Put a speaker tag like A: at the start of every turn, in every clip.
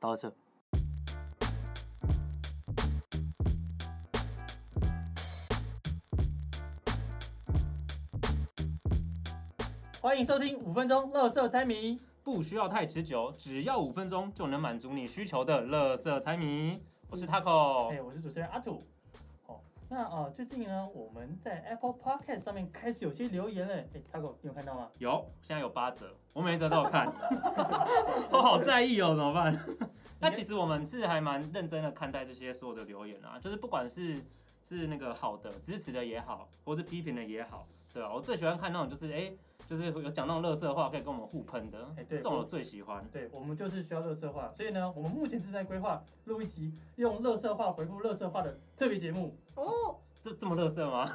A: 到这。欢迎收听五分钟乐色猜谜，
B: 不需要太持久，只要五分钟就能满足你需求的乐色猜谜。我是
A: 哎、
B: Taco，
A: 我是主持人阿土。哦，那呃，最近呢，我们在 Apple Podcast 上面开始有些留言了。哎、t a c o 你有看到吗？
B: 有现在有八折，我每一折都有看， 我好在意哦，怎么办？ 那其实我们是还蛮认真的看待这些所有的留言啊，就是不管是是那个好的支持的也好，或是批评的也好，对啊吧、我最喜欢看那种就是哎、就是有讲那种乐色话可以跟我们互喷的，
A: 哎对
B: 这种我最喜欢。
A: 对，我们就是需要乐色化，所以呢，我们目前正在规划录一集用乐色化回复乐色化的特别节目。
C: 哦，
B: 这这么乐色吗？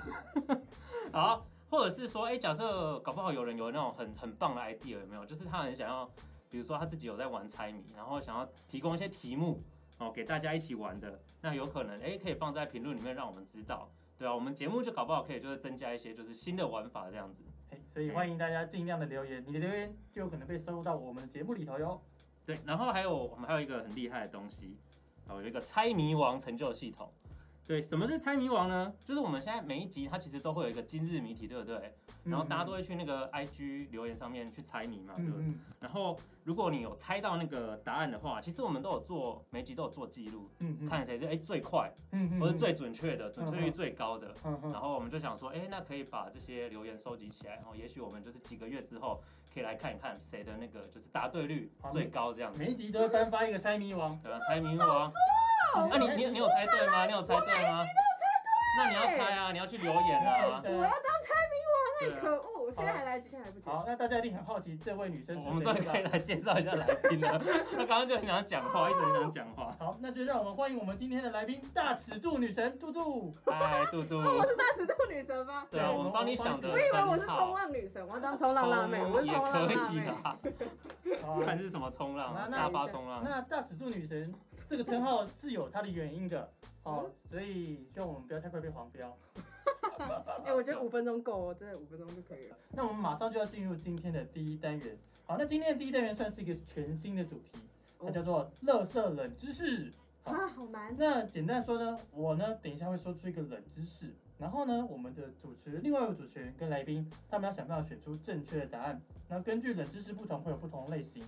B: 好，或者是说，哎、假设搞不好有人有那种很很棒的 idea，有没有？就是他很想要，比如说他自己有在玩猜谜，然后想要提供一些题目哦，给大家一起玩的，那有可能哎、可以放在评论里面让我们知道，对啊，我们节目就搞不好可以就是增加一些就是新的玩法这样子。
A: 嘿，哎所以欢迎大家尽量的留言，你的留言就有可能被收录到我们的节目里头哟。
B: 对，然后还有我们还有一个很厉害的东西，哦，有一个猜谜王成就系统。对，什么是猜谜王呢？就是我们现在每一集它其实都会有一个今日谜题，对不对？嗯然后大家都会去那个 IG 留言上面去猜谜嘛，对不对？
A: 嗯
B: 然后如果你有猜到那个答案的话，其实我们都有做每集都有做记录，
A: 嗯嗯，
B: 看谁是哎最快
A: 嗯嗯，
B: 或是最准确的，准确率
A: 嗯嗯
B: 最高的。
A: 嗯嗯
B: 然后我们就想说，哎，那可以把这些留言收集起来，然后也许我们就是几个月之后可以来看一看谁的那个就是答对率
A: 好
B: 最高这样子
A: 每。一集都会颁发一个猜谜王。
B: 对啊，猜谜王。啊，你你你有猜对吗？你有猜对吗？那你要猜啊，你要去留言啊。
C: 我要当猜谜
B: 对啊
C: 王，哎，可恶！我现在还来得及，现在还不及。
A: 好，那大家一定很好奇这位女生是
B: 我
A: 谁
B: 们终于
A: 对
B: 可以
A: 吧？
B: 来介绍一下来宾 了。他刚刚就很想讲话，一直很想讲话。
A: 好，那就让我们欢迎我们今天的来宾——大尺度女神兔兔。
B: 嗨，哎杜杜。
C: 哦，我是大尺度女神吗？
B: 对啊，我们帮你想的。
A: 我
C: 我以为我是冲，浪女神，我要当冲浪辣妹，
B: 哦
C: 我是
B: 也
C: 冲浪
B: 可
C: 辣
B: 以
C: 妹。
B: 啦，
A: 好
B: 看是什么冲
A: 那
B: 浪，
A: 那
B: 沙发冲浪。
A: 那大尺度女神这个称号是有它的原因的哦，所以希望我们不要太快被黄标。
C: 哎，我觉得五分钟够哦，真的五分钟就可以了。
A: 那我们马上就要进入今天的第一单元。好，那今天的第一单元算是一个全新的主题，它叫做“乐色冷知识”。好
C: 啊，好难。
A: 那简单说呢，我呢等一下会说出一个冷知识，然后呢，我们的主持人另外一个主持人跟来宾，他们要想办法选出正确的答案。那根据冷知识不同，会有不同类型。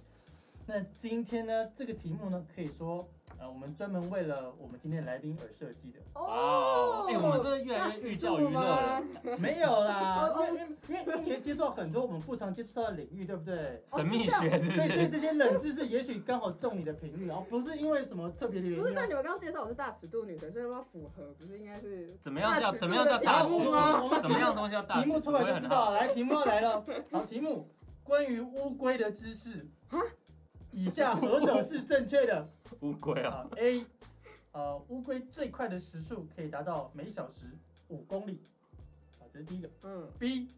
A: 那今天呢，这个题目呢，可以说，呃，我们专门为了我们今天的来宾而设计的。
B: 哇哦，哎，我们真的越来越寓教于乐了。
A: 没有啦，
C: 哦哦
A: 因为因为因为你也接触到很多我们不常接触到的领域，对不对？
C: 哦
B: 神秘学是不
A: 所以所以
B: 是？
A: 这些冷知识也许刚好中你的频率，然后不是因为什么特别的原因
C: 不
A: 哦。
C: 是，但你们刚刚介绍我是大尺度女神，所以要符合，不是应该是
B: 怎么样叫
C: 大尺度
B: 怎
C: 的
B: 么样叫大尺
C: 节目
B: 度
C: 吗？
A: 我们？
B: 怎么样东西叫大
A: 题
B: 尺度？
A: 目出来
B: 我也
A: 就
B: 很
A: 知
B: 好
A: 道，
B: 奇
A: 来题目要来了。好，题目关于乌龟的知识。以下何者是正 确的？
B: 乌龟啊，
A: 啊，A，呃，乌龟最快的时速可以达到每小时五公里，啊，这是第一个。
C: 嗯，
A: B，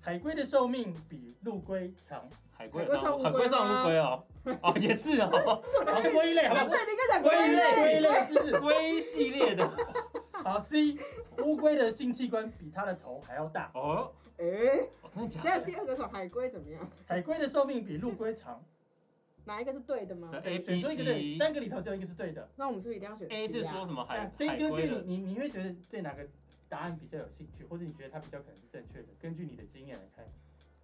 A: 海龟的寿命比陆龟长，
B: 海龟
C: 海龟算
B: 上
C: 乌龟
B: 海龟上
C: 吗
B: 乌龟哦，哦也是哦，
C: 什
A: 好
C: 么意思？
A: 龟类， 好不好？
C: 对，你应该讲
A: 龟
C: 归
A: 类，龟
C: 类。
A: 类知识。
B: 龟系列的
A: 好，C，乌龟的性器官比它的头还要大，
B: 哦，
C: 哎，
B: 哦真的假
C: 那
B: 的？
C: 第二个什么海龟怎么样？
A: 海龟的寿命比陆龟长。
C: 哪一个是对的吗
B: 对？A
A: 选
B: B
A: 出一个对，
B: C
A: 三个里头只有一个是对的。
C: 那我们是不是一定要选
B: A 是
C: C 啊
B: 说什么海
A: 所以
B: 海
A: 根
B: 龟
A: 据
B: 的？
A: 你你你会觉得对哪个答案比较有兴趣，或者你觉得它比较可能是正确的？根据你的经验来看，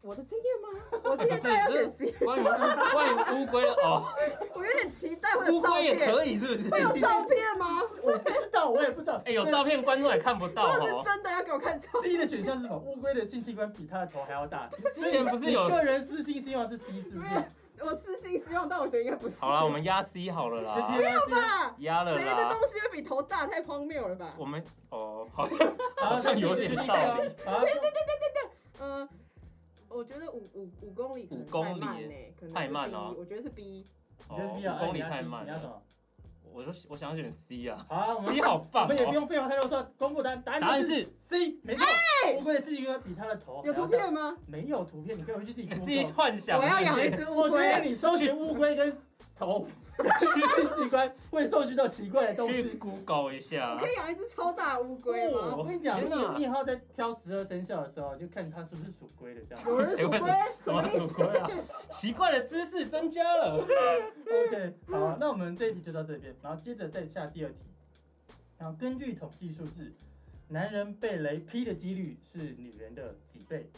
C: 我的经验 吗？我今天当然要选 C，
B: 关于乌关于乌龟的哦，
C: 我有点期待 会
B: 乌
C: 有照
B: 龟也
C: 片，
B: 可以是不是？
C: 会有照片吗？
A: 我不知道，我也不知道。
B: 哎，有照片观众也看不到
C: 如果是
B: 哦。
C: 真的要给我看照
A: C 的选项是什么？乌龟的性器官比它的头还要大。之
B: 前不是有
A: 个人私信希望是 C 是不是？
C: 片，我私信希望，但我觉得应该不是。
B: 好啦，我们压 C 好了
A: 就
B: 啦
A: 直，接让 C 啊
C: 吧，
B: 压了
C: 谁的
B: 啦。
C: 东西会比头大？太荒谬了吧？
B: 我们哦， 好像
A: 好啊
B: 好像有点道理。
A: 好啊
C: 嗯，我觉得五五五公里可能
B: 五公里
C: 太慢呢，可能是
B: 太慢了啊
C: B，我觉得是 B。
A: 你觉得
B: 哦
A: B 啊？
B: 五公里太
A: 哎
B: 慢
A: 你要什
B: 了。
A: 么？
B: 我说我想选 C 啊
A: 好，我们
B: ，C 好
A: 我
B: 棒
A: 们也不
B: 哦。
A: 用废话太多，说公布答案，答
B: 答案哎
A: 案就是 C，没错。乌龟的性器官比它的
B: 哦
A: 头还
C: 有
A: 要大
C: 图？片吗？
A: 没有图片，你可以回去自
B: 你
A: 己 Google
B: 自己幻想。
C: 我要养一只 乌
A: 我觉得
C: 龟，啊
A: 你搜寻乌龟跟头 去器官会送去到奇怪的东
B: 去
A: 西。哦
B: Google 一下哦
C: 你可。以养一只超大的乌龟吗？
A: 我跟你讲，
B: 天哪
A: 你以后在挑十二生肖的时候，你就看它是不是属龟的这样。
C: 有人属龟，
B: 什么什么鬼啊？奇怪的知识增加了。
A: OK，好、啊，那我们这一题就到这边，然后接着再下第二题。然后根据统计数字，男人被雷劈的几率是女人的几倍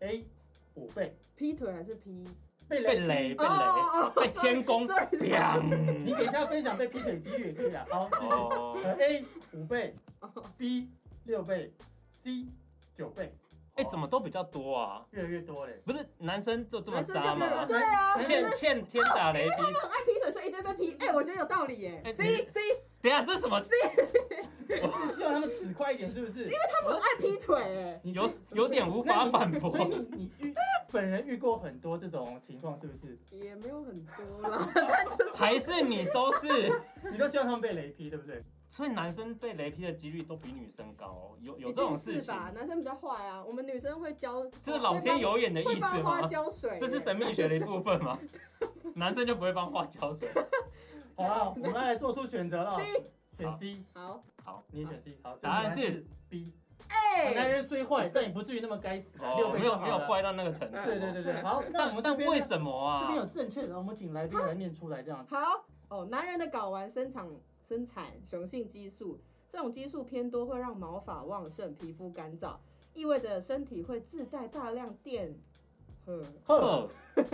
A: ？A
C: 啊
A: 五倍，
C: 劈腿还是劈？
A: 被雷
B: 被雷，被
C: 哦
B: 雷，
C: 哦
B: 被天公
C: sorry，
A: 劈，你
B: 砰！
A: 等一下分享被劈腿几率也可以啊。好，继续。
B: 哦，
A: 呃，A 五倍，B 六倍，C 九倍。
B: 哎，怎么都比较多啊？
A: 越来越多嘞？
B: 不是男生就这么
C: 男生就
B: 渣
C: 没
B: 吗
C: 有？对啊，
A: 男
C: 男
A: 生
C: 生
B: 欠欠天打雷劈。
C: 很爱劈腿，所以一堆被劈。哎，我觉得有道理耶。
B: 哎
C: C
B: 你
C: C，
B: 等一下，这是什么？
A: 是希望他们死快一点，是不哦是？因为
C: 他们很爱劈腿哎。
A: 你是
B: 有有点无法反驳
A: 所以你你遇本人遇过很多这种情况，是不是？
C: 也没有很多啦，但就是
B: 还是你都是？
A: 你都希望他们被雷劈，对不对？
B: 所以男生被雷劈的几率都比女生高哦、有有
C: 一
B: 这种
C: 定
B: 事
C: 是
B: 情？
C: 吧？男生比较坏啊，我们女生会浇，
B: 这是老天有眼的
C: 会
B: 意
C: 帮
B: 思
C: 会帮花
B: 吗？
C: 浇水耶，
B: 这是神秘学的一部分 吗？男生就不会帮花浇水？
A: 好了，我们来做出选择了，
C: C
A: 选 C，
C: 好，
A: 你选 C。好，
B: 答案是
A: 这个 B。男
C: 哎，
A: 人虽坏，但也不至于那么该死啊，六
B: 哦，
A: 倍
B: 没
A: 就
B: 有
A: 好
B: 没有
A: 了。
B: 坏到那个程度。
A: 对对对对，好，那我
B: 但
A: 们
B: 但
A: 这边
B: 为什么
A: 这
B: 啊
A: 边？有正确的，我们请来宾来念出来这样子。
C: 好哦，男人的睾丸生长生产雄性激素，这种激素偏多会让毛发旺盛、皮肤干燥，意味着身体会自带大量电荷。
A: 呵，
B: 呵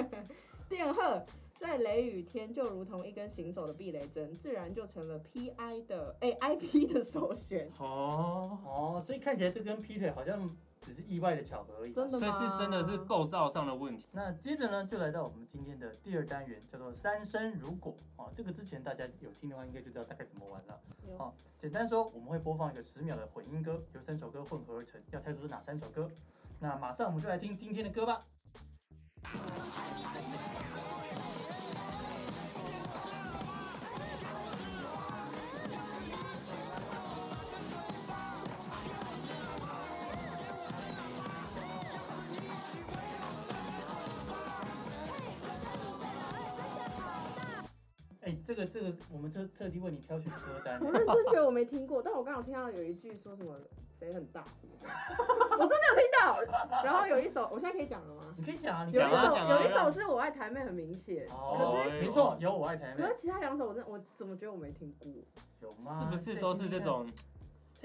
C: 电荷在雷雨天就如同一根行走的避雷针，自然就成了 PI 的哎 IP 的首选。
B: 哦，
A: 哦，所以看起来这跟劈腿好像只是意外的巧合而已。啊
C: 真的
B: 所以
C: 吗？
B: 是真的是构造上的问题。
A: 那接着呢，就来到我们今天的第二单元，叫做“三生如果”哦。这个之前大家有听的话，应该就知道大概怎么玩了。
C: 有
A: 哦，简单说，我们会播放一个十秒的混音歌，由三首歌混合而成，要猜出是哪三首歌。那马上我们就来听今天的歌吧。哎，这个这个，我们特特地为你挑选歌单。
C: 我认真觉得我没听过，但我刚好听到有一句说什么谁很大什么的，我真的有听到。然后有一首，我现在可以讲了吗？
A: 你可以讲啊，你
C: 有一
B: 讲啊
C: 首
A: 啊。
B: 讲啊
C: 有一首是我爱台妹很明显，
A: 哦，
B: 可是
A: 没错，有我爱台妹
C: 可，是其他两首我真的我怎么觉得我没听过？
A: 有吗？
B: 是不是都是这？种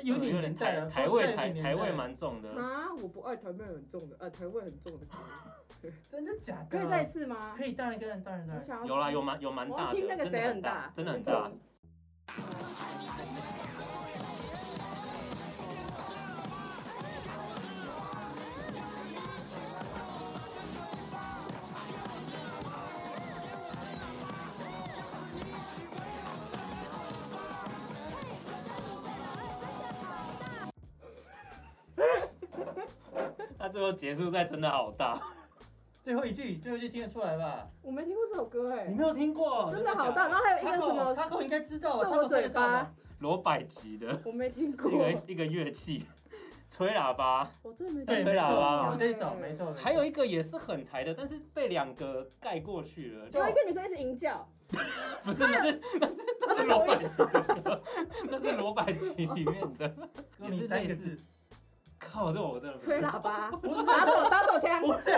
A: 有点年代
B: 台
A: 了，
B: 台
A: 说实
B: 位
A: 在
B: 台
A: 有点
B: 台位
A: 年代了？
B: 蛮重的？
C: 啊，我不爱台妹很重的，呃，台妹很重的歌，
B: 嗯
A: 真的假的？
C: 可以再一次吗？
A: 可以，当然当然当然当
C: 我
A: 然。
C: 想要
B: 有啦，有蛮有蛮
C: 我
B: 大
C: 要
B: 的，
C: 听那个
B: 真的
C: 谁
B: 很
C: 大，
B: 真的很
C: 我
B: 大
C: 就听。
B: 那最后结束在真的好大。
A: 最后一句，最后一句听得出来吧？
C: 我没听过这首歌哎
B: 你，没有听过？
C: 真的好大。然后还有一个什么
A: 他口应该知道，啊
C: 送
A: 他
C: 我嘴巴，
B: 罗百吉 的
C: 我没听过
B: 一，个一个乐器，吹喇叭。
C: 我真的没
A: 对，
C: 听
A: 没
C: 过。
B: 吹喇叭
A: 错，有这一首没错，没错
B: 还有一个也是很台的，但是被两个盖过去了。
A: 就
C: 有一个女生一直吟叫，
B: 不是，那是那是罗百吉的歌，那是罗百吉里面的。
A: 歌名三个字，
B: 靠，这我真的不
C: 吹
B: 知道
C: 喇叭，
A: 不是
C: 打手打手枪，
A: 不是，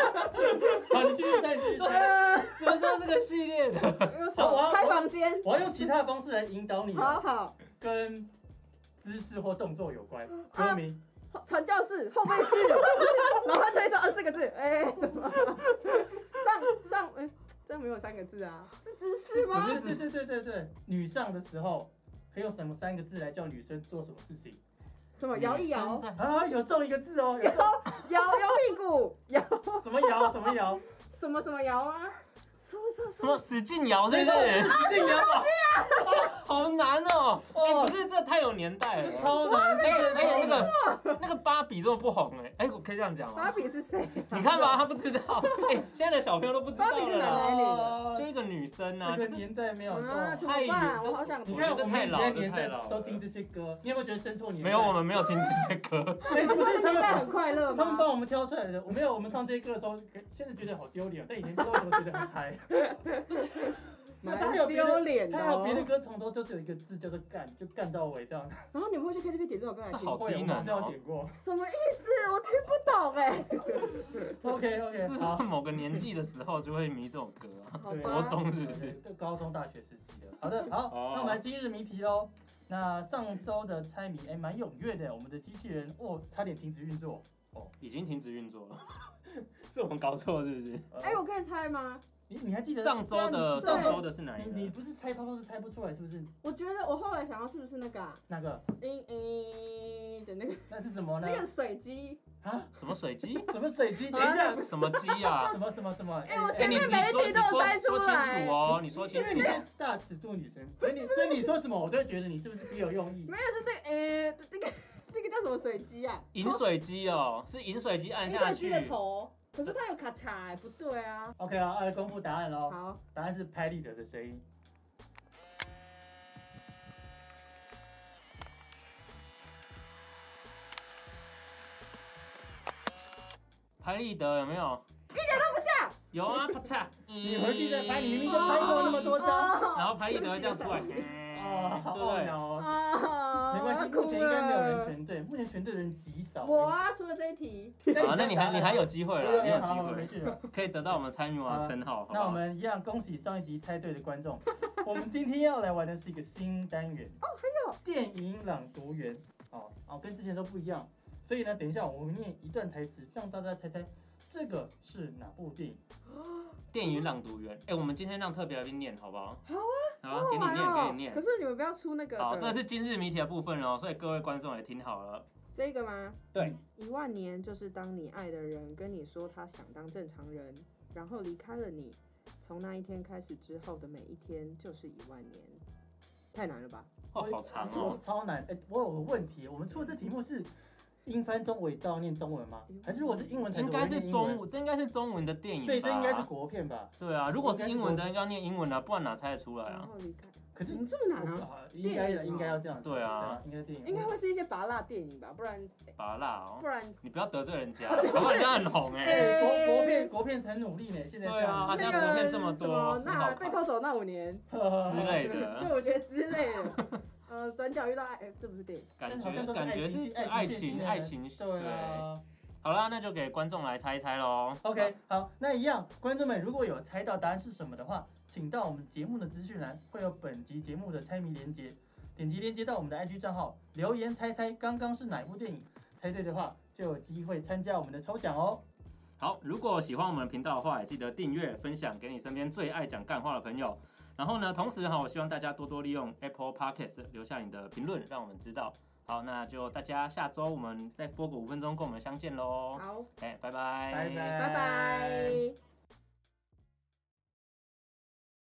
A: 好，你继续再继续再。
C: 呃，
B: 怎么知道这个系列的？
C: 用手开房间，
A: 啊我要用其他的方式来引导你，
C: 好好，
A: 跟姿势或动作有关。歌名
C: 传教士后背 式，然后推出二十个字，哎、什么？上上，哎、这没有三个字啊，是姿势吗？
A: 对对对对对，女上的时候可以用什么三个字来叫女生做什么事情
C: 什么哦摇一摇，
A: 啊？有中一个字哦，有中
C: 摇摇屁股，摇
A: 什么摇什么摇，
C: 什么什么摇啊？什么什么什
B: 什么
C: 么？
B: 使劲摇是
A: 没
B: 不
A: 错，
B: 是？
A: 使劲摇啊，
B: 好难哦！哎，
A: 哦
B: 不是，这太有年代啊
A: 这个
B: 了。
A: 超难，这
B: 而
A: 个
B: 且那个那个芭比这么不红哎，哎，可以这样讲
C: 芭
B: 吗？
C: 比是谁？
B: 你看吧，他不知道， 哎、现在的小朋友都不知道
C: 芭比是
B: 了
C: 男
B: 啦，
C: 的
A: 哦
B: 就一个女生啊，就
A: 这
B: 是
A: 个年代没有
C: 啊，
A: 动。
C: 怎么
B: 太远
C: 办？我好想
A: 你
C: 听。
B: 我
A: 看
B: 觉得
A: 我们
B: 太
A: 以
B: 老了
A: 前年
B: 太
A: 代
B: 老了
A: 都听这些歌，你有没有觉得生错年代？
B: 没有，我，们没有听这些 歌，
A: 哎，不是他们
C: 你们现在很快乐
A: 他们
C: 吗？
A: 帮我们挑出来的，我没有，我们唱这些歌的时候，现在觉得好丢脸，但以前不知道为什么觉得很嗨。那他还有
C: 蛮
A: 别的
C: 丢脸的
A: 他还有别的
C: 哦。
A: 歌从头就只有一个字叫做干，就干到尾这样。
C: 然后你们会去 KTV 点这首歌来
B: 这
C: 听？
B: 好低能
A: 这
B: 哦
A: 样点过。
C: 什么意思？我听不懂哎。
A: OK OK，
B: 是不
A: 好
B: 是，某个年纪的时候就会迷这种歌啊？
C: 好
A: 对
B: 国
C: 吧。
B: 中是不 是？
A: 对高中、大学时期的。好的，好，
B: 哦
A: 那我们来今日谜题喽。那上周的猜谜，哎、蛮踊跃的。我们的机器人哦，差点停止运作。
B: 已经停止运作了， 是我们搞错是不是？
A: 呃
C: 哎，我可以猜吗？
A: 你你还记得
B: 上周的
A: 对啊
B: 上
A: 你
B: 周的是哪一
A: 你你
B: 个？
A: 不是猜超都是猜不出来，是不是？
C: 我觉得我后来想到是不是那个啊
A: 那个
C: 嗯嗯的那个
A: 那是什么呢
C: 那？个水鸡？
A: 啊，
B: 什么水鸡？
A: 什么水晶？等
C: 啊
A: 一下，
B: 什么鸡 啊？
A: 什么什么什么？
C: 哎我
B: 哎，
C: 前
B: 你
C: 面
B: 你
C: 每一
B: 说
C: 题
B: 你
C: 都有
B: 说
C: 猜
B: 说
C: 出
B: 清
C: 来
B: 楚哦，你说清
A: 因 为你
B: 楚。
A: 是大尺度女生，所以你所以你说什么，我都会觉得你是不是别有用意？
C: 没有，就那个呃，这个这个叫什么水鸡啊？
B: 饮水机哦，是饮水机按
C: 饮
B: 下
C: 水机
B: 去。
C: 的头，可是它有咔嚓哎，不对啊。
A: OK 啊，来公布答案喽。
C: 好，
A: 答案是拍立得的声音。
B: 拍立得有没有？一点都不像。有啊，啪嚓！嗯
A: 你
B: 你
A: 何必在拍？你明明就拍过那么多张。
B: 然
C: 哦
B: 后拍立得这样出来，哎
A: 哦，好
B: 对不
A: 懊
B: 对？
A: 恼哦。
C: 啊
A: 没 关系，目前应该没有人
C: 全。
A: 全对，目前全对的人极少。
C: 我啊，除了这一题，
A: 啊
B: 好，那你还你还有机会
A: 对
B: 了，
A: 对
B: 你
A: 对
B: 有
A: 好好
B: 机
A: 回去了。
B: 会可以得到我们参与王的称号，好不
A: 那我
B: 好？
A: 们一样恭喜上一集猜对的观 众。我们今天要来玩的是一个新单元哦，还有电影朗读员哦哦，跟之前都不一样。所以呢，等一下我们念一段台词，让大家猜猜这个是哪部电影。
B: 电影朗读员，哎，我们今天让特别来宾念，好不好？
C: 好
B: 啊，好，给你念，给你念
C: 哦可。是你们不要出那个的。
B: 好，这是今日谜题的部分哦，所以各位观众也听好了。
C: 这个吗？
B: 对，
C: 一万年就是当你爱的人跟你说他想当正常人，然后离开了你，从那一天开始之后的每一天就是一万年，太难了吧？
B: 哦，好长哦，
A: 超难。哎，我有个问题，我们出的这题目是英翻中，我也照念中文吗？还是如果是英文台词，
B: 应该是中，文，这应该是中文的电影吧？
A: 所以这应该是国片吧？
B: 对啊，如果是英文的，要念英文的，不然哪猜得出来
C: 然
B: 啊？
C: 后离开，
A: 可是
C: 怎么这么难啊？
A: 啊应该的，应该要这样子。
B: 对啊，
A: 应该电影。
C: 应该会是一些拔辣电影吧，不然
B: 拔蜡哦
C: 不，然
B: 你不要得罪人 家，搞不好人家很红哎。
A: 哎，
C: 哎
A: 国国片国片很努力呢，现在
B: 对啊
A: 这样
B: 现
C: 那
B: 在国片
C: 个
B: 这么多
C: 什么
B: 很好
C: 那
B: 看嗯
C: 被偷走那五年
B: 之类的，
C: 对，我觉得之类的，呃，转角遇到爱，哎，这不是电影，
B: 感
A: 但好
B: 觉
A: 像都是
B: 感觉
A: 爱情
B: 是爱
A: 爱情片之类
B: 情
A: 的
B: 爱情
A: 对啊。
B: 好啦，那就给观众来猜一猜喽。
A: OK，好，那一样，观众们如果有猜到答案是什么的话，请到我们节目的资讯栏，会有本集节目的猜谜连接，点击连接到我们的 IG 账号，留言猜猜刚刚是哪部电影，猜对的话就有机会参加我们的抽奖哦。
B: 好，如果喜欢我们的频道的话，也记得订阅、分享给你身边最爱讲干话的朋友。然后呢，同时哈，我希望大家多多利用 Apple Podcast 留下你的评论，让我们知道。好，那就大家下周我们再播个五分钟，跟我们相见喽。
C: 好，
B: 哎，拜
A: 拜拜，
C: 拜拜。